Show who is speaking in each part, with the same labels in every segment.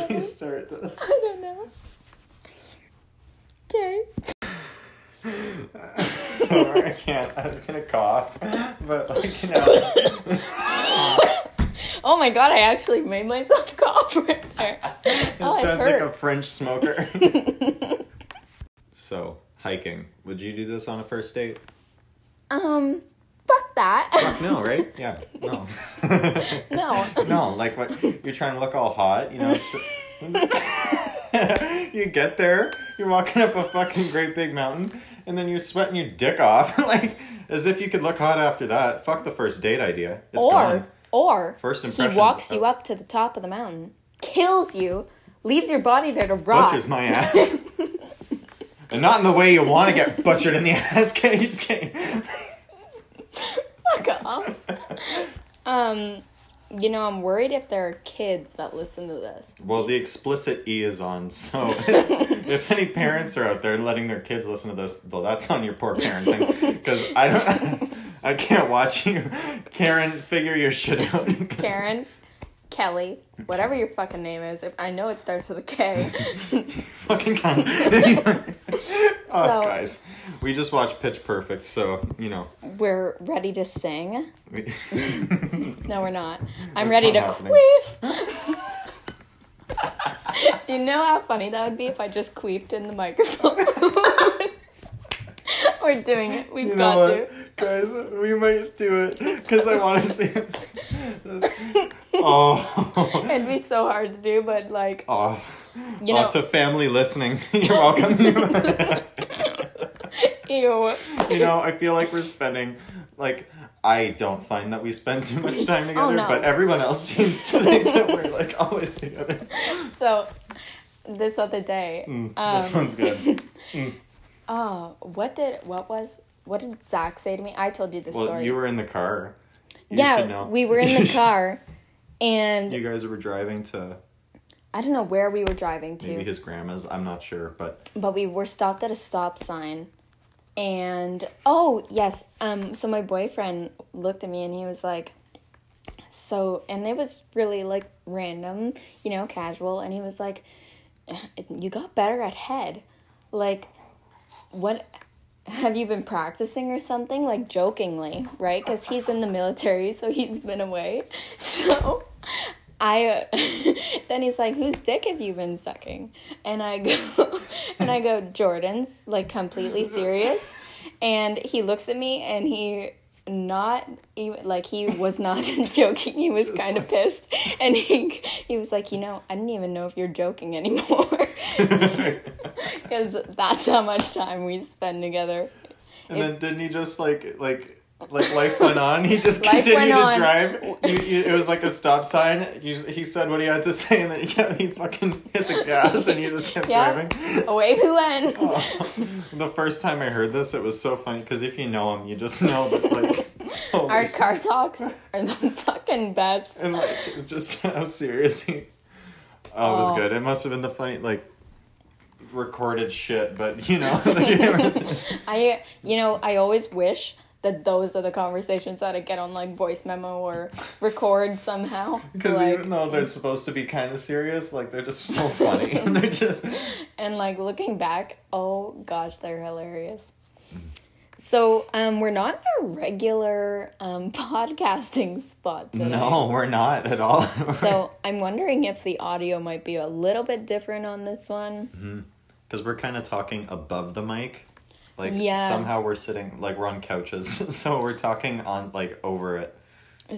Speaker 1: start this?
Speaker 2: I don't know. Okay.
Speaker 1: Sorry, I can't. I was gonna cough, but like you know,
Speaker 2: Oh my god, I actually made myself cough right there.
Speaker 1: it
Speaker 2: Oh, it
Speaker 1: sounds like a
Speaker 2: hurt.
Speaker 1: French smoker. so hiking. Would you do this on a first date?
Speaker 2: Um, fuck that.
Speaker 1: Fuck no, right? Yeah, no.
Speaker 2: No.
Speaker 1: no, like what? You're trying to look all hot, you know? you get there, you're walking up a fucking great big mountain, and then you're sweating your dick off, like as if you could look hot after that. Fuck the first date idea. It's
Speaker 2: or
Speaker 1: gone.
Speaker 2: or
Speaker 1: First
Speaker 2: he
Speaker 1: impressions.
Speaker 2: walks you up to the top of the mountain, kills you, leaves your body there to rot.
Speaker 1: Butchers my ass. and not in the way you want to get butchered in the ass. Can you just can't.
Speaker 2: Fuck off. um, you know, I'm worried if there are kids that listen to this.
Speaker 1: Well, the explicit E is on, so if any parents are out there letting their kids listen to this, well, that's on your poor parenting. Because I don't. I can't watch you. Karen, figure your shit out. 'cause-
Speaker 2: Karen, Kelly, whatever your fucking name is. If I know it starts with a K.
Speaker 1: Fucking cunt.
Speaker 2: So-
Speaker 1: oh, guys. We just watched Pitch Perfect, so, you know.
Speaker 2: We're ready to sing.
Speaker 1: We-
Speaker 2: No, we're not. I'm
Speaker 1: That's
Speaker 2: ready to
Speaker 1: not happening.
Speaker 2: queef. Do you know how funny that would be if I just queefed in the microphone? we're doing it. We've
Speaker 1: You
Speaker 2: got
Speaker 1: know
Speaker 2: to.
Speaker 1: what, guys? We might do it because I want to see it. oh,
Speaker 2: It'd be so hard to do, but like,
Speaker 1: oh.
Speaker 2: you know,
Speaker 1: Out to family listening. You're welcome.
Speaker 2: ew.
Speaker 1: you know, I feel like we're spending like. I don't find that we spend too much time together,
Speaker 2: Oh, no.
Speaker 1: but everyone else seems to think that we're like always together.
Speaker 2: So, this other day,
Speaker 1: Mm. this one's good.
Speaker 2: oh, what did, what was, what did Zach say to me? I told you this
Speaker 1: Well,
Speaker 2: story.
Speaker 1: you were in the car. You should
Speaker 2: yeah,
Speaker 1: know.
Speaker 2: we were in the car, and
Speaker 1: you guys were driving to
Speaker 2: I don't know where we were driving to.
Speaker 1: maybe his grandma's. I'm not sure, but
Speaker 2: but we were stopped at a stop sign and oh yes um so my boyfriend looked at me and he was like so and it was really like random you know casual and he was like you got better at head like what have you been practicing or something like jokingly right because he's in the military so he's been away so I uh, then he's like, "Whose dick have you been sucking?" And I go, and I go, "Jordan's." Like completely serious, and he looks at me and he not even like he was not joking. He was kind of pissed, and he he was like, "You know, I didn't even know if you're joking anymore," because that's how much time we spend together.
Speaker 1: And then didn't he just like like like life went on? He just
Speaker 2: Life
Speaker 1: continued
Speaker 2: went
Speaker 1: to
Speaker 2: on.
Speaker 1: drive. You, you, it was like a stop sign. You, he said what he had to say, and then yeah, he fucking hit the gas, and he just kept
Speaker 2: Yeah.
Speaker 1: driving.
Speaker 2: Away we went.
Speaker 1: Oh, The first time I heard this, it was so funny because if you know him, you just know that like holy
Speaker 2: Our
Speaker 1: shit.
Speaker 2: car talks are the fucking best.
Speaker 1: and like just how serious he. Oh, it was
Speaker 2: Oh.
Speaker 1: good. It must have been the funny like recorded shit, but you know. it was-
Speaker 2: I, you know, I always wish that those are the conversations that I get on like voice memo or record somehow.
Speaker 1: Because
Speaker 2: like,
Speaker 1: even though they're supposed to be kind of serious, like they're just so funny. and they're just
Speaker 2: and like looking back, oh gosh, they're hilarious.
Speaker 1: Hmm.
Speaker 2: So um, we're not in a regular um, podcasting spot today.
Speaker 1: no, we're not at all.
Speaker 2: So I'm wondering if the audio might be a little bit different on this one.
Speaker 1: because we're kind of talking above the mic. Like
Speaker 2: Yeah.
Speaker 1: somehow we're sitting like we're on couches, so we're talking on like over it.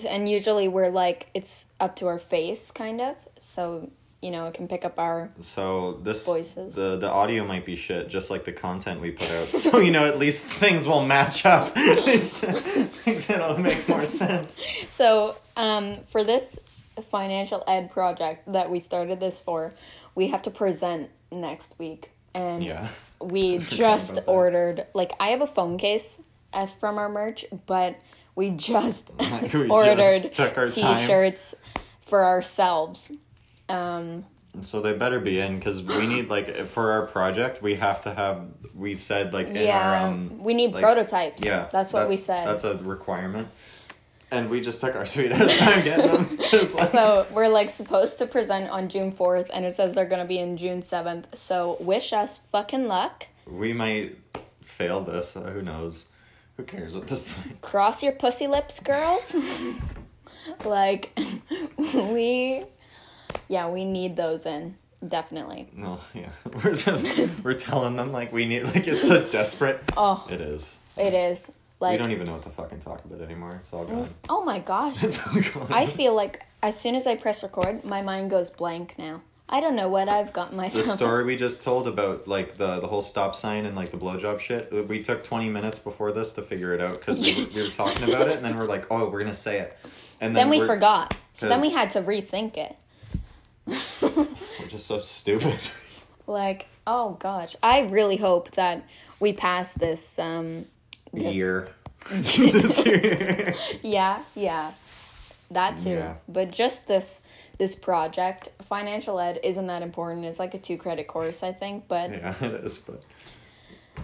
Speaker 2: And usually we're like it's up to our face, kind of. So you know it can pick up our
Speaker 1: So this
Speaker 2: Voices.
Speaker 1: the the audio might be shit, just like the content we put out. so you know at least things will match up. things that'll make more sense.
Speaker 2: So, um, for this financial ed project that we started this for, we have to present next week. And
Speaker 1: Yeah.
Speaker 2: we
Speaker 1: about
Speaker 2: just
Speaker 1: that.
Speaker 2: ordered, like, I have a phone case uh, from our merch, but we just
Speaker 1: Like, we
Speaker 2: ordered
Speaker 1: just took our
Speaker 2: t
Speaker 1: time.
Speaker 2: shirts for ourselves. Um,
Speaker 1: So they better be in because we need like for our project we have to have we said like in
Speaker 2: yeah,
Speaker 1: our um
Speaker 2: we need
Speaker 1: like-
Speaker 2: prototypes.
Speaker 1: yeah
Speaker 2: That's what we said.
Speaker 1: that's a requirement and we just took our sweet ass time getting them. 'Cause, like,
Speaker 2: So we're like supposed to present on June 4th, and it says they're gonna be in June 7th. So wish us fucking luck.
Speaker 1: we might fail this. So who knows? Who cares at this point?
Speaker 2: Cross your pussy lips, girls. like, we, yeah, we need those in definitely.
Speaker 1: No, yeah, we're just, we're telling them like we need like it's so desperate.
Speaker 2: Oh,
Speaker 1: It is.
Speaker 2: it is
Speaker 1: we
Speaker 2: like.
Speaker 1: don't e- even know what to fucking talk about anymore. It's all gone.
Speaker 2: Oh my gosh.
Speaker 1: It's all gone.
Speaker 2: I feel like as soon as I press record, my mind goes blank now. I don't know what I've got
Speaker 1: the
Speaker 2: myself.
Speaker 1: story we just told about like the the whole stop sign and like the blowjob shit. uh, We took twenty minutes before this to figure it out because we, we were talking about it and then we're like, oh, we're gonna say it, and
Speaker 2: Then we
Speaker 1: we're-
Speaker 2: forgot. So then we
Speaker 1: Cause-
Speaker 2: had to rethink it.
Speaker 1: We're just so stupid.
Speaker 2: Like, oh gosh. I really hope that we pass this um Yes.
Speaker 1: Year. This year.
Speaker 2: yeah, yeah. That too.
Speaker 1: Yeah.
Speaker 2: But just this this project, financial ed isn't that important. It's like a two credit course, I think, but
Speaker 1: yeah, it is. But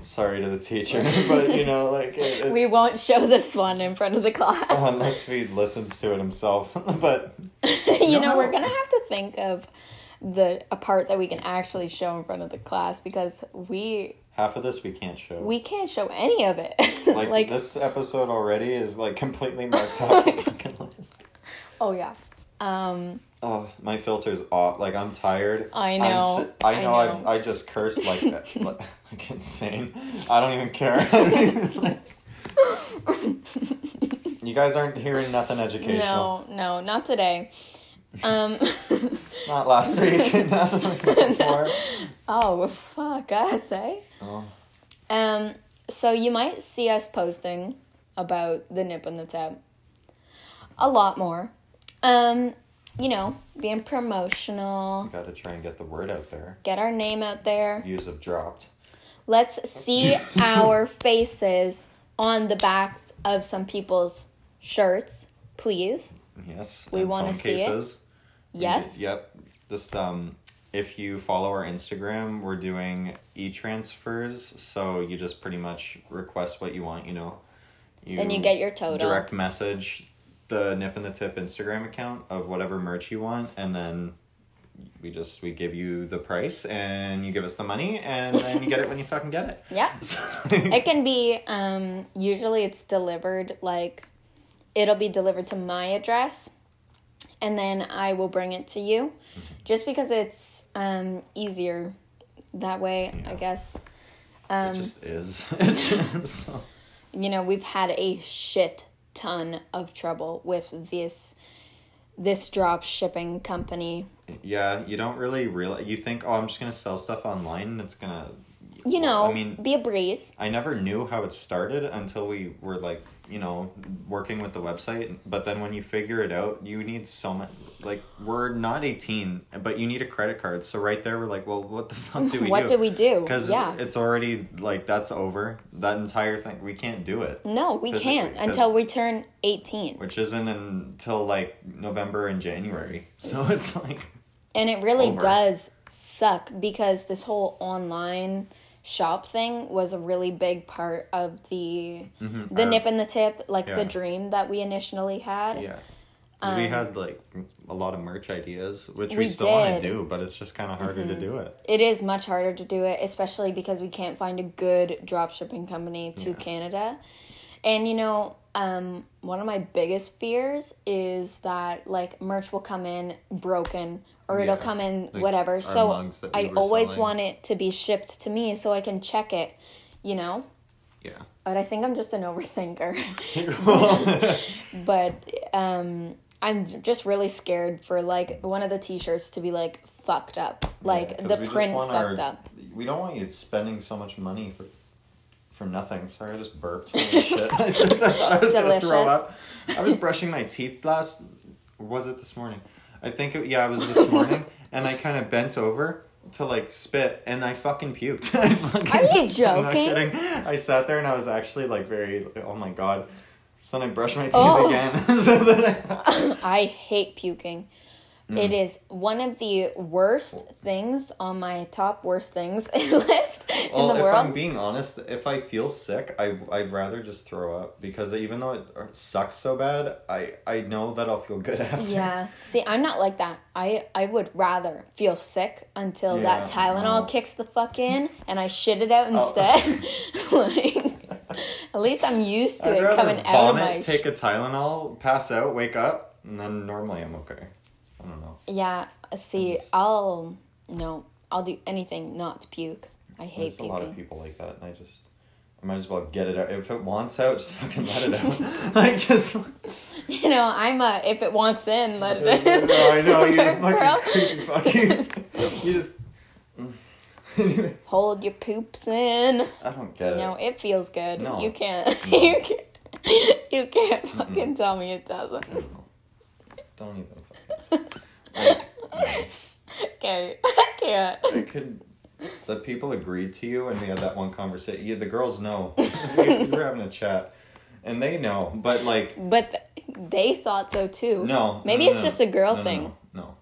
Speaker 1: sorry to the teacher, but you know, like it, it's,
Speaker 2: we won't show this one in front of the class.
Speaker 1: Oh, unless he listens to it himself. but
Speaker 2: you know,
Speaker 1: No.
Speaker 2: we're gonna have to think of the a part that we can actually show in front of the class because we
Speaker 1: half of this we can't show.
Speaker 2: we can't show any of it.
Speaker 1: like,
Speaker 2: like,
Speaker 1: this episode already is like completely marked off the fucking list.
Speaker 2: oh yeah. Um
Speaker 1: Oh, my filter's off. Like I'm tired.
Speaker 2: I
Speaker 1: I'm
Speaker 2: know.
Speaker 1: si- I
Speaker 2: I
Speaker 1: know.
Speaker 2: know.
Speaker 1: I, I just cursed like that. like, like insane. I don't even care. I mean, like, you guys aren't hearing nothing educational.
Speaker 2: no, no, not today. Um
Speaker 1: Not last week. Not the week before.
Speaker 2: Oh fuck us, eh?
Speaker 1: Oh,
Speaker 2: Um so you might see us posting about the nip and the tap. A lot more. Um, you know, being promotional,
Speaker 1: gotta try and get the word out there.
Speaker 2: get our name out there.
Speaker 1: Views have dropped.
Speaker 2: Let's see our faces on the backs of some people's shirts, please.
Speaker 1: Yes.
Speaker 2: We
Speaker 1: and
Speaker 2: wanna
Speaker 1: phone
Speaker 2: see it.
Speaker 1: We
Speaker 2: Yes.
Speaker 1: did- yep. Just um, if you follow our Instagram, we're doing e transfers. So you just pretty much request what you want. You know. You
Speaker 2: Then you get your total.
Speaker 1: direct message the nip and the tip Instagram account of whatever merch you want, and then we just we give you the price and you give us the money and then you get it when you fucking get it.
Speaker 2: Yep.
Speaker 1: So,
Speaker 2: It can be um usually it's delivered like it'll be delivered to my address and then I will bring it to you
Speaker 1: Mm-hmm.
Speaker 2: just because it's um easier that way, I
Speaker 1: Yeah.
Speaker 2: guess. Um,
Speaker 1: it just is. so,
Speaker 2: you know we've had a shit ton of trouble with this this drop shipping company
Speaker 1: yeah, you don't really realize. You think, oh, I'm just gonna sell stuff online and it's gonna.
Speaker 2: you know
Speaker 1: I mean,
Speaker 2: be a breeze
Speaker 1: I never knew how it started until we were like, you know, working with the website. But then when you figure it out, you need so much. Like, we're not 18, but you need a credit card. So right there, we're like, well, what the fuck do we
Speaker 2: what
Speaker 1: do?
Speaker 2: do we do
Speaker 1: Because
Speaker 2: yeah
Speaker 1: it's already like that's over. That entire thing, we can't do it.
Speaker 2: no we
Speaker 1: physically,
Speaker 2: can't
Speaker 1: because-
Speaker 2: until we turn 18
Speaker 1: Which isn't until like November and January. So it's like,
Speaker 2: and it really
Speaker 1: over.
Speaker 2: does suck because this whole online shop thing was a really big part of the the
Speaker 1: our-
Speaker 2: nip and the tip like
Speaker 1: Mm-hmm. Yeah.
Speaker 2: the dream that we initially had
Speaker 1: yeah. 'Cause we had like a lot of merch ideas, which we,
Speaker 2: Um, we
Speaker 1: still want
Speaker 2: did. Mm-hmm.
Speaker 1: to do, but it's just kind of harder to do it.
Speaker 2: it is much harder to do it, especially because we can't find a good drop shipping company to Canada. And you know, um, one of my biggest fears is that like merch will come in broken or it'll
Speaker 1: Yeah.
Speaker 2: come in
Speaker 1: Like,
Speaker 2: whatever.
Speaker 1: our
Speaker 2: So
Speaker 1: mugs that we
Speaker 2: I
Speaker 1: were
Speaker 2: always
Speaker 1: selling.
Speaker 2: want it to be shipped to me so I can check it, you know?
Speaker 1: Yeah.
Speaker 2: But I think I'm just an overthinker. but um I'm just really scared for like one of the t-shirts to be like fucked up. Like
Speaker 1: Yeah, 'cause
Speaker 2: the
Speaker 1: we just
Speaker 2: print
Speaker 1: want
Speaker 2: fucked
Speaker 1: our-
Speaker 2: up.
Speaker 1: We don't want you spending so much money for for nothing. Sorry, I just burped. Holy shit. I thought I was going to throw
Speaker 2: Delicious.
Speaker 1: up. I was brushing my teeth last. or Was it this morning? I think it, yeah, it was this morning, and I kind of bent over to like spit, and I fucking puked. I fucking-
Speaker 2: Are you
Speaker 1: I'm not
Speaker 2: joking?
Speaker 1: kidding. I sat there and I was actually like very. Oh my god. So then I brushed my teeth
Speaker 2: Oh.
Speaker 1: again. so then I,
Speaker 2: I hate puking.
Speaker 1: Hmm.
Speaker 2: It is one of the worst things on my top worst things list
Speaker 1: well,
Speaker 2: in the
Speaker 1: if I'm
Speaker 2: world.
Speaker 1: being honest, if I feel sick, I I'd rather just throw up because even though it uh, sucks so bad, I I know that I'll feel good after.
Speaker 2: yeah. See, I'm not like that. I I would rather feel sick until that
Speaker 1: Yeah, Oh.
Speaker 2: Tylenol
Speaker 1: no.
Speaker 2: kicks the fuck in and I shit it out instead. like, at least I'm used to
Speaker 1: I'd
Speaker 2: it
Speaker 1: rather
Speaker 2: coming out of
Speaker 1: vomit,
Speaker 2: my.
Speaker 1: take a Tylenol, pass out, wake up, and then normally I'm okay. I don't know.
Speaker 2: yeah.
Speaker 1: Mm.
Speaker 2: See, I'll no. I'll do anything not to puke. I hate
Speaker 1: There's a lot of
Speaker 2: puking.
Speaker 1: people like that, and I just I might as well get it out. If it wants out, just fucking let it out. like just
Speaker 2: You know, I'm a if it wants in, let it in.
Speaker 1: no, I know you just
Speaker 2: Girl,
Speaker 1: fucking creepy fucking. you just. Anyway,
Speaker 2: hold your poops in.
Speaker 1: I don't get
Speaker 2: You know,
Speaker 1: it.
Speaker 2: it feels good.
Speaker 1: Uh, No.
Speaker 2: You can't.
Speaker 1: No.
Speaker 2: you can't. You can't fucking tell me it doesn't.
Speaker 1: Mm. Don't even. Fucking,
Speaker 2: Okay, I can't.
Speaker 1: like, I could. The people agreed to you, and we had that one conversation. Yeah, the girls know. we were having a chat, and they know. But like,
Speaker 2: But th- they thought so too.
Speaker 1: no.
Speaker 2: Maybe
Speaker 1: no,
Speaker 2: it's
Speaker 1: no,
Speaker 2: just a girl
Speaker 1: no, no,
Speaker 2: thing.
Speaker 1: No, no.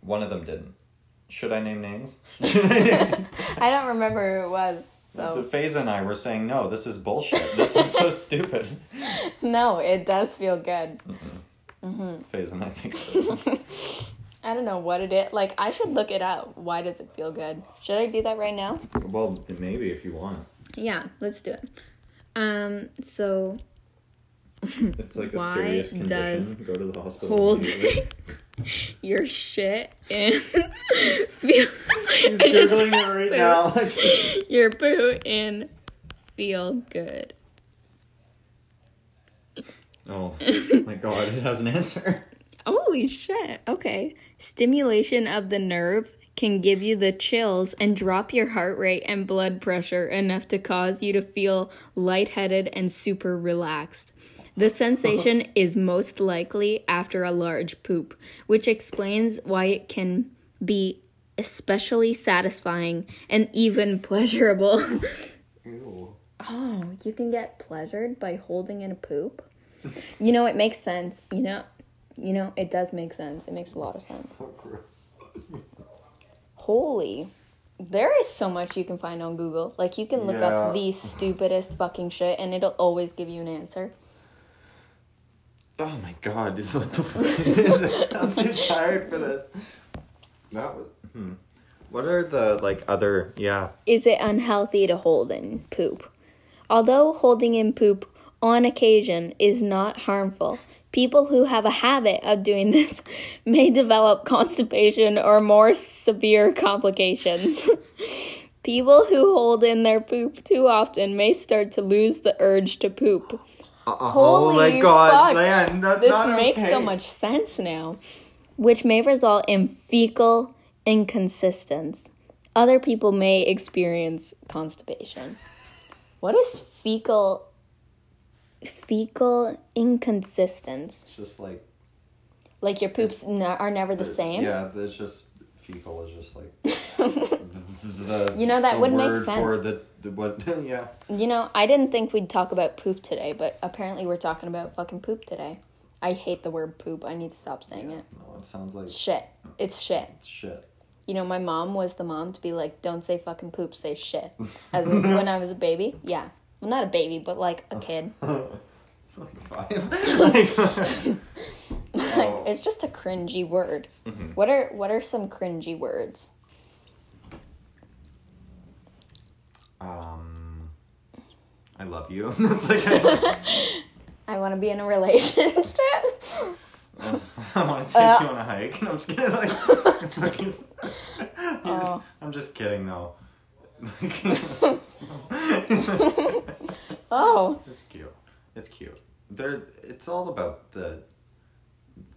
Speaker 1: one of them didn't. Should I name names?
Speaker 2: I don't remember who it was.
Speaker 1: The
Speaker 2: So
Speaker 1: Faze and I were saying, no, this is bullshit. This is so stupid.
Speaker 2: no, it does feel good.
Speaker 1: Faze and I think.
Speaker 2: I don't know what it is. Like I should look it up. Why does it feel good? Should I do that right now?
Speaker 1: well, maybe if you want.
Speaker 2: Yeah, let's do it. Um. So
Speaker 1: It's like
Speaker 2: Why
Speaker 1: a serious condition.
Speaker 2: does
Speaker 1: Go to the hospital. immediately.
Speaker 2: holding your shit in feel
Speaker 1: He's
Speaker 2: I just
Speaker 1: googling
Speaker 2: said
Speaker 1: it right
Speaker 2: poo.
Speaker 1: now.
Speaker 2: your poo in feel good.
Speaker 1: oh my god, it has an answer.
Speaker 2: Holy shit. Okay. Stimulation of the nerve can give you the chills and drop your heart rate and blood pressure enough to cause you to feel lightheaded and super relaxed. The sensation is most likely after a large poop, which explains why it can be especially satisfying and even pleasurable.
Speaker 1: Ew.
Speaker 2: Oh, you can get pleasured by holding in a poop. you know, it makes sense. You know, you know, it does make sense. It makes a lot of sense.
Speaker 1: So gross.
Speaker 2: Holy, there is so much you can find on Google. Like you can look up
Speaker 1: Yeah.
Speaker 2: the stupidest fucking shit, and it'll always give you an answer.
Speaker 1: Oh my god, this- what the fuck is it? I'm too tired for this. That was. Hmm. What are the like other? Yeah.
Speaker 2: Is it unhealthy to hold in poop? Although holding in poop on occasion is not harmful, people who have a habit of doing this may develop constipation or more severe complications. people who hold in their poop too often may start to lose the urge to poop.
Speaker 1: Uh, uh, oh
Speaker 2: Holy
Speaker 1: my god,
Speaker 2: fuck.
Speaker 1: man, that's
Speaker 2: This
Speaker 1: not
Speaker 2: makes so
Speaker 1: okay.
Speaker 2: much sense now, which may result in fecal inconsistence. Other people may experience constipation. What is fecal fecal inconsistence?
Speaker 1: It's just like
Speaker 2: Like your poops n- are never the same.
Speaker 1: Uh, Yeah, it's just fecal is just like the,
Speaker 2: You know, that
Speaker 1: the
Speaker 2: would make
Speaker 1: word
Speaker 2: sense.
Speaker 1: for the, the what yeah.
Speaker 2: You know, I didn't think we'd talk about poop today, but apparently we're talking about fucking poop today. I hate the word poop. I need to stop saying it.
Speaker 1: No, it sounds like
Speaker 2: Shit. It's shit.
Speaker 1: shit.
Speaker 2: you know, my mom was the mom to be like, don't say fucking poop, say shit. As in, when I was a baby, yeah. Well, not a baby, but like a kid.
Speaker 1: Like five. like, oh,
Speaker 2: It's just a cringy word.
Speaker 1: Mm-hmm.
Speaker 2: What are what are some cringy words?
Speaker 1: um, I love you. That's like I,
Speaker 2: I want to be in a relationship.
Speaker 1: I want to take
Speaker 2: Uh,
Speaker 1: you on a hike. No, I'm just kidding. Like, fuck is-
Speaker 2: Oh.
Speaker 1: I'm just kidding though. Like, it's
Speaker 2: oh,
Speaker 1: cute. It's cute. There. It's all about the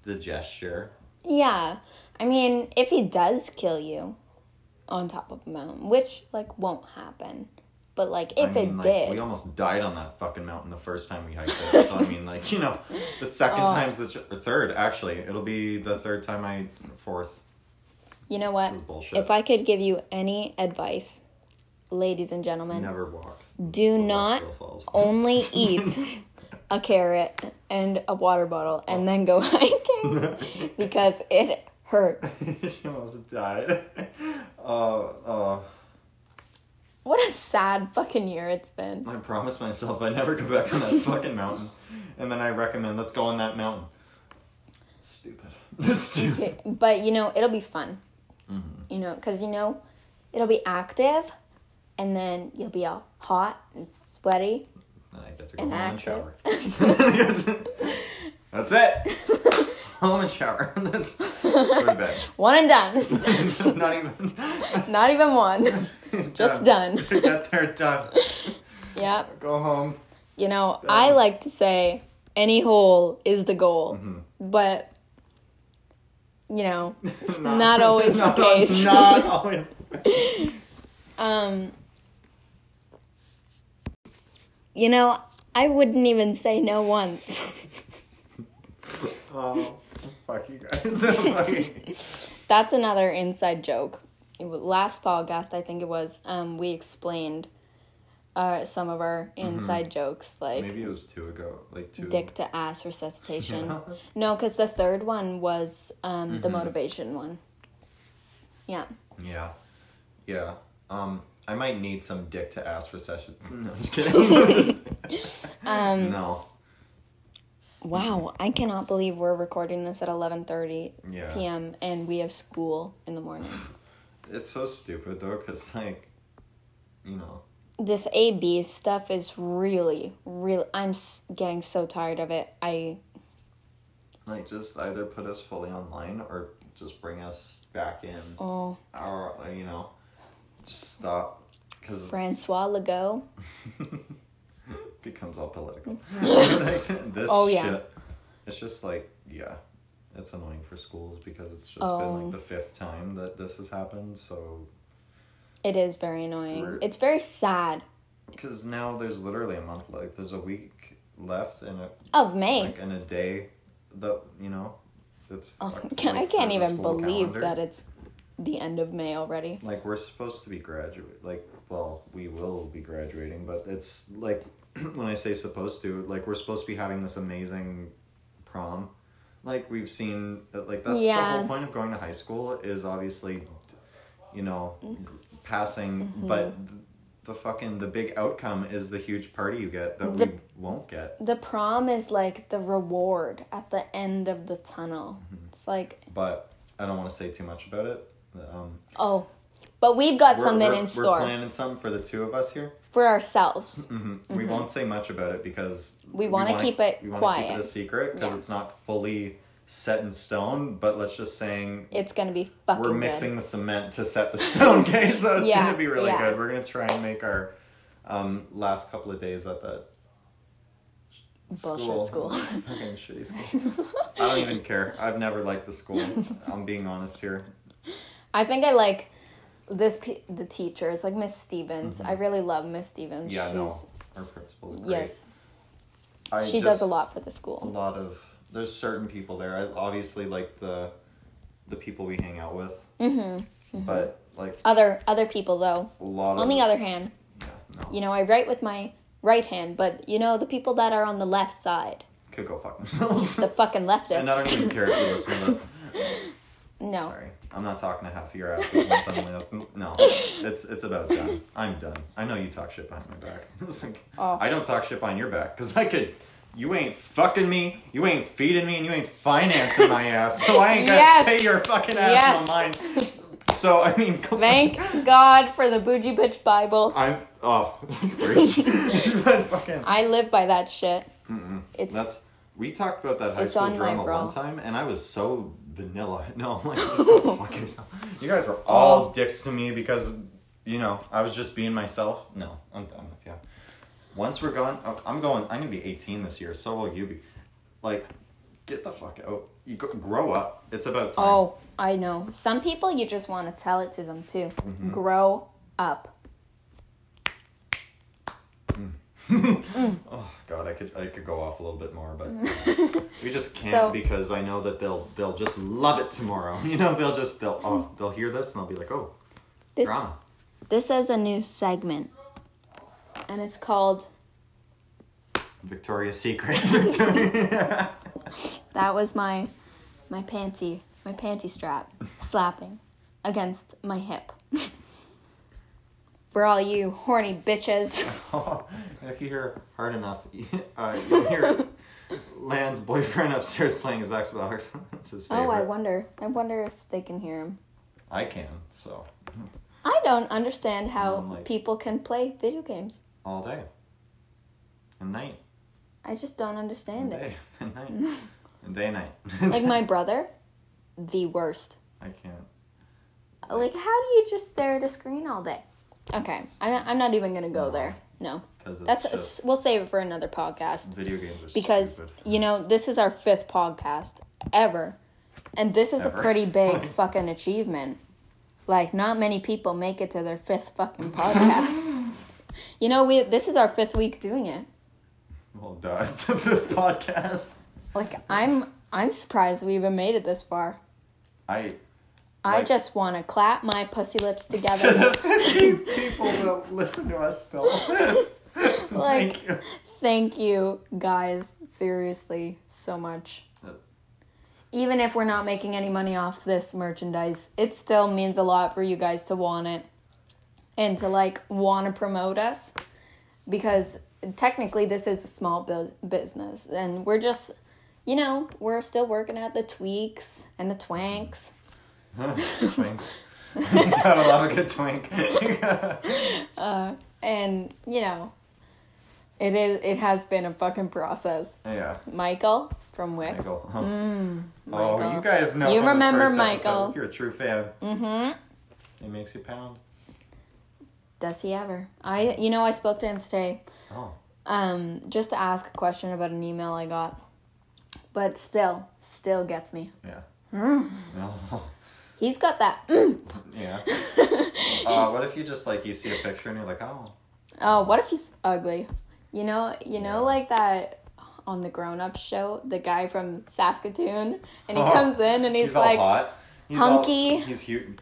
Speaker 1: the gesture.
Speaker 2: yeah. I mean, if he does kill you on top of a mountain, which like won't happen, but like if
Speaker 1: I mean,
Speaker 2: it
Speaker 1: like,
Speaker 2: did,
Speaker 1: we almost died on that fucking mountain the first time we hiked it. so I mean, like you know, the second
Speaker 2: Oh.
Speaker 1: time's the ch- or third. Actually, it'll be the third time I fourth.
Speaker 2: you know what?
Speaker 1: This is bullshit.
Speaker 2: If I could give you any advice, ladies and gentlemen,
Speaker 1: Never walk.
Speaker 2: do
Speaker 1: Well,
Speaker 2: not
Speaker 1: Westfield Falls.
Speaker 2: only eat a carrot and a water bottle and then go hiking because it hurts.
Speaker 1: she almost died. Oh, oh.
Speaker 2: What a sad fucking year it's been.
Speaker 1: I promised myself I'd never go back on that fucking mountain. And then I recommend let's go on that mountain. Stupid. Stupid.
Speaker 2: Okay, but you know it'll be fun. You know, because you know it'll be active, and then you'll be all hot and sweaty.
Speaker 1: I think that's a good home and
Speaker 2: Inactive.
Speaker 1: shower. that's it. Home and shower. That's go to bed.
Speaker 2: One and done.
Speaker 1: Not even.
Speaker 2: Not even one. Just done.
Speaker 1: Get there, done.
Speaker 2: Yep.
Speaker 1: Go home.
Speaker 2: You know, I
Speaker 1: Done.
Speaker 2: like to say any hole is the goal, but you know, it's not, always
Speaker 1: not,
Speaker 2: the case.
Speaker 1: Not always.
Speaker 2: Um, you know, I wouldn't even say no once.
Speaker 1: Oh, fuck you guys. Fuck you.
Speaker 2: That's another inside joke. It wa- Last podcast, I think it was, um, we explained uh, some of our inside jokes, like
Speaker 1: Mm-hmm. Maybe it was two ago. Like two.
Speaker 2: dick to ass resuscitation.
Speaker 1: Yeah.
Speaker 2: No, because the third one was um,
Speaker 1: Mm-hmm.
Speaker 2: the motivation one. Yeah.
Speaker 1: Yeah. Yeah. Um, I might need some dick to ass for session. No, I'm just kidding. I'm just- no.
Speaker 2: Um, Wow, I cannot believe we're recording this at 11:30
Speaker 1: Yeah.
Speaker 2: p.m. and we have school in the morning.
Speaker 1: It's so stupid though, cause like, you know,
Speaker 2: this AB stuff is really, really. I'm s- getting so tired of it. I
Speaker 1: like just either put us fully online or just bring us back in
Speaker 2: oh
Speaker 1: our, you know, just stop, cause it's-
Speaker 2: Francois Legault.
Speaker 1: becomes all political. Like, this
Speaker 2: Oh, yeah.
Speaker 1: shit. It's just like yeah, it's annoying for schools because it's just been
Speaker 2: Oh.
Speaker 1: like the fifth time that this has happened. So
Speaker 2: It is very annoying.
Speaker 1: We're-
Speaker 2: It's very sad.
Speaker 1: Because now there's literally a month, like there's a week left and a
Speaker 2: Of May,
Speaker 1: like in a day, the you know, it's.
Speaker 2: oh,
Speaker 1: fucked,
Speaker 2: can, I
Speaker 1: like,
Speaker 2: can't
Speaker 1: the
Speaker 2: even
Speaker 1: school
Speaker 2: believe
Speaker 1: calendar.
Speaker 2: that it's the end of May already.
Speaker 1: Like we're supposed to be graduate, like well, we will be graduating, but it's like when I say supposed to, like we're supposed to be having this amazing prom, like we've seen. that, Like that's the
Speaker 2: Yeah.
Speaker 1: whole point of going to high school is obviously, you know,
Speaker 2: Mm-hmm.
Speaker 1: g- passing, but. th- the fucking the big outcome is the huge party you get that we
Speaker 2: The-
Speaker 1: won't get.
Speaker 2: The prom is like the reward at the end of the tunnel.
Speaker 1: Mm-hmm.
Speaker 2: It's like
Speaker 1: but I don't want to say too much about it. Um,
Speaker 2: oh, but we've got
Speaker 1: we're,
Speaker 2: something
Speaker 1: we're-
Speaker 2: in
Speaker 1: We're
Speaker 2: store
Speaker 1: planning something for the two of us here.
Speaker 2: for ourselves.
Speaker 1: We won't say much about it because
Speaker 2: Mm-hmm. We wanna
Speaker 1: wanna-
Speaker 2: keep it
Speaker 1: we wanna Keep
Speaker 2: quiet.
Speaker 1: it a secret because
Speaker 2: Yeah.
Speaker 1: it's not fully set in stone. But let's just saying
Speaker 2: It's gonna be fucking.
Speaker 1: we're
Speaker 2: good.
Speaker 1: mixing the cement to set the stone. Okay, so it's
Speaker 2: Yeah,
Speaker 1: gonna be really
Speaker 2: yeah.
Speaker 1: good. We're gonna try and make our um, last couple of days at that.
Speaker 2: Bullshit school.
Speaker 1: Fucking shitty school. I don't even care. I've never liked the school. I'm being honest here.
Speaker 2: I think I like this pe- the teacher. It's like Miss Stevens. I really love Miss Stevens.
Speaker 1: Mm-hmm. Yeah,
Speaker 2: She's,
Speaker 1: no. Our principal's great.
Speaker 2: Yes,
Speaker 1: I
Speaker 2: she does a
Speaker 1: just-
Speaker 2: lot for the
Speaker 1: a
Speaker 2: school.
Speaker 1: lot of there's certain people there. I obviously like the the people we hang out with. Mm-hmm. But like
Speaker 2: Other other people though.
Speaker 1: a lot
Speaker 2: On
Speaker 1: of
Speaker 2: the other hand,
Speaker 1: yeah, no,
Speaker 2: you know, I write with my right hand, but you know the people that are on the left side,
Speaker 1: could go fuck themselves.
Speaker 2: the fucking leftists.
Speaker 1: and I don't even care if you listen to this.
Speaker 2: no.
Speaker 1: Sorry, I'm not talking to half of your asses. when suddenly like, no, it's it's about done. I'm done. I know you talk shit behind my back. It's like,
Speaker 2: Oh.
Speaker 1: I don't talk shit behind your back because I could. You ain't fucking me. You ain't feeding me, and you ain't financing my ass. So I ain't gonna
Speaker 2: Yes.
Speaker 1: pay your fucking ass
Speaker 2: Yes.
Speaker 1: on mine. So I mean, go
Speaker 2: Thank God for the bougie bitch Bible.
Speaker 1: I'm oh, Bruce. But fucking-
Speaker 2: I live by that shit. It's
Speaker 1: that's we talked about that high
Speaker 2: It's
Speaker 1: school
Speaker 2: on my
Speaker 1: drama
Speaker 2: bra.
Speaker 1: one time, and I was so vanilla. No, I'm like, "Go fuck yourself. You guys were all
Speaker 2: Oh.
Speaker 1: dicks to me because you know I was just being myself. No, I'm done with you. Once we're gone, I'm- I'm going. I'm gonna be 18 this year. So will you be? Like, get the fuck out. You go, grow up. It's about time.
Speaker 2: oh, I know. Some people you just want to tell it to them too.
Speaker 1: Mm-hmm.
Speaker 2: Grow up.
Speaker 1: Oh God, I could I could go off a little bit more, but we just can't
Speaker 2: So-
Speaker 1: because I know that they'll they'll just love it tomorrow. You know, they'll just they'll oh they'll hear this and they'll be like, oh,
Speaker 2: This
Speaker 1: drama.
Speaker 2: This is a new segment, and it's called
Speaker 1: Victoria's Secret. Victoria.
Speaker 2: "That was my my panty my panty strap slapping against my hip." We're all you horny bitches.
Speaker 1: if you hear hard enough, uh, you'll hear Lan's boyfriend upstairs playing his Xbox. it's his favorite.
Speaker 2: Oh, I wonder. I wonder if they can hear him.
Speaker 1: I can, so
Speaker 2: I don't understand how
Speaker 1: I'm Oh, like-
Speaker 2: people can play video games.
Speaker 1: all day. And night.
Speaker 2: I just don't understand
Speaker 1: And
Speaker 2: it.
Speaker 1: day. And night. And day and night.
Speaker 2: Like my brother, the worst.
Speaker 1: I can't.
Speaker 2: Like, how do you just stare at a screen all day? Okay, I'm, I'm not even gonna go there. No,
Speaker 1: Because it's
Speaker 2: that's
Speaker 1: just,
Speaker 2: we'll save it for another podcast.
Speaker 1: video games are
Speaker 2: because
Speaker 1: stupid.
Speaker 2: you know this is our fifth podcast ever and this is
Speaker 1: Ever.
Speaker 2: a pretty big fucking achievement like not many people make it to their fifth fucking podcast you know we this is our fifth week doing it
Speaker 1: Well, duh, it's a fifth podcast.
Speaker 2: like i'm i'm surprised we even made it this far
Speaker 1: I.
Speaker 2: i
Speaker 1: Like-
Speaker 2: just want to clap my pussy lips
Speaker 1: To
Speaker 2: together
Speaker 1: the 15 people that listen to us still.
Speaker 2: Like-
Speaker 1: Thank you.
Speaker 2: thank you guys seriously so much even if we're not making any money off this merchandise, it still means a lot for you guys to want it and to like want to promote us because technically this is a small bus- business and we're just you know, we're still working out the tweaks and the twanks.
Speaker 1: Twinks. you gotta love a good twink.
Speaker 2: And, you know, it is it has been a fucking process.
Speaker 1: yeah.
Speaker 2: Michael from Wix.
Speaker 1: Michael.
Speaker 2: Mm, Michael.
Speaker 1: Oh, you guys know.
Speaker 2: You
Speaker 1: from the
Speaker 2: remember
Speaker 1: first episode,
Speaker 2: Michael.
Speaker 1: if you're a true fan. Mm-hmm. He makes you pound.
Speaker 2: Does he ever? I you know, I spoke to him today
Speaker 1: Oh.
Speaker 2: um, just to ask a question about an email I got, but still, still gets me.
Speaker 1: Yeah.
Speaker 2: Mm.
Speaker 1: Oh,
Speaker 2: He's got that.
Speaker 1: yeah. uh, what if you just like you see a picture and you're like, oh,
Speaker 2: oh, what if he's ugly? You know, you
Speaker 1: Yeah.
Speaker 2: know, like that on the Grown Up show, the guy from Saskatoon, and he
Speaker 1: Oh,
Speaker 2: comes in and he's,
Speaker 1: he's,
Speaker 2: like,
Speaker 1: all hot. He's all-
Speaker 2: hunky.
Speaker 1: he's huge,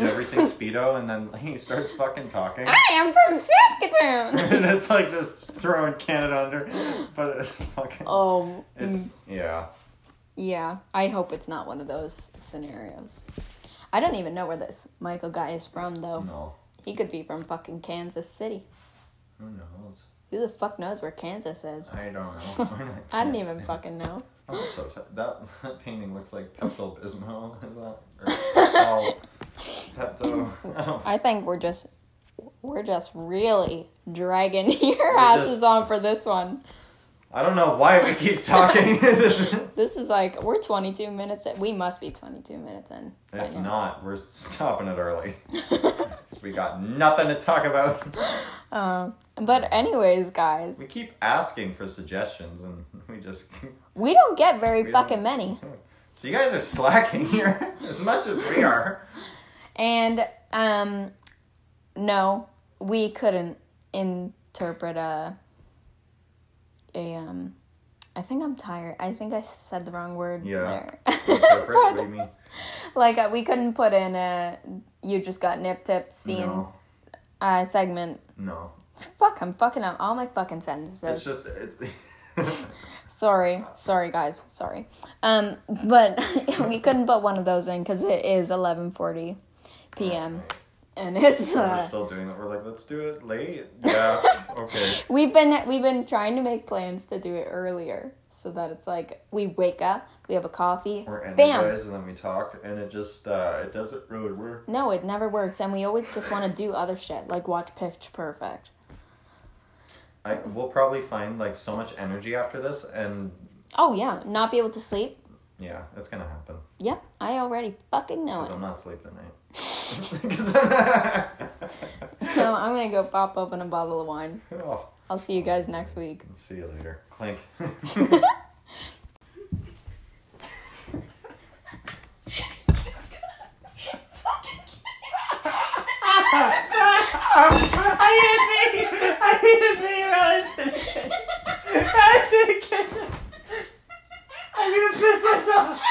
Speaker 1: everything speedo, and then he starts fucking talking.
Speaker 2: "I am from Saskatoon."
Speaker 1: and it's like just throwing Canada under, but it's fucking.
Speaker 2: oh,
Speaker 1: It's yeah.
Speaker 2: yeah. I hope it's not one of those scenarios. I don't even know where this Michael guy is from though.
Speaker 1: No,
Speaker 2: He could be from fucking Kansas City.
Speaker 1: who knows?
Speaker 2: Who the fuck knows where Kansas is?
Speaker 1: I don't know.
Speaker 2: I didn't even fucking know.
Speaker 1: I'm so t- that that painting looks like Pepto Bismol. Is that or Pepto? Pepto. I don't
Speaker 2: I think we're just we're just really dragging your asses
Speaker 1: just-
Speaker 2: on for this one.
Speaker 1: I don't know why we keep talking. this
Speaker 2: This is like we're 22 minutes in. We must be 22 minutes in. by
Speaker 1: if
Speaker 2: now.
Speaker 1: not, we're stopping it early. 'Cause we got nothing to talk about.
Speaker 2: Um, But anyways, guys,
Speaker 1: We keep asking for suggestions, and we just.
Speaker 2: we don't get very
Speaker 1: We don't-
Speaker 2: fucking many.
Speaker 1: So you guys are slacking here as much as we are.
Speaker 2: And um no, we couldn't interpret a a um I think I'm tired. I think I said the wrong word
Speaker 1: Yeah.
Speaker 2: there.
Speaker 1: Interpret what do you mean?
Speaker 2: like uh, we couldn't put in a you just got nip tipped scene
Speaker 1: No,
Speaker 2: uh, segment.
Speaker 1: no.
Speaker 2: Fuck, I'm fucking up all my fucking sentences.
Speaker 1: It's just it's.
Speaker 2: sorry, sorry guys, sorry. Um, but we couldn't put one of those in because it is 11:40 p.m. and it's
Speaker 1: We're
Speaker 2: uh,
Speaker 1: still doing that. We're like, let's do it late. Yeah. okay.
Speaker 2: we've been we've been trying to make plans to do it earlier so that it's like we wake up, we have a coffee,
Speaker 1: We're
Speaker 2: bam.
Speaker 1: energized and then we talk, and it just uh, it doesn't really work.
Speaker 2: No, it never works, and we always just want to do other shit like watch Pitch Perfect.
Speaker 1: I we'll probably find like so much energy after this, and
Speaker 2: Oh yeah, not be able to sleep.
Speaker 1: yeah, it's gonna happen.
Speaker 2: Yep, I already fucking know
Speaker 1: 'Cause
Speaker 2: it.
Speaker 1: I'm not sleeping at night. 'Cause I'm-
Speaker 2: So I'm gonna go pop open a bottle of wine.
Speaker 1: oh,
Speaker 2: I'll see you guys next week.
Speaker 1: see you later. Clink.
Speaker 3: I need to pee. I need to pee. I was in the kitchen. I was in the kitchen. I'm gonna piss myself.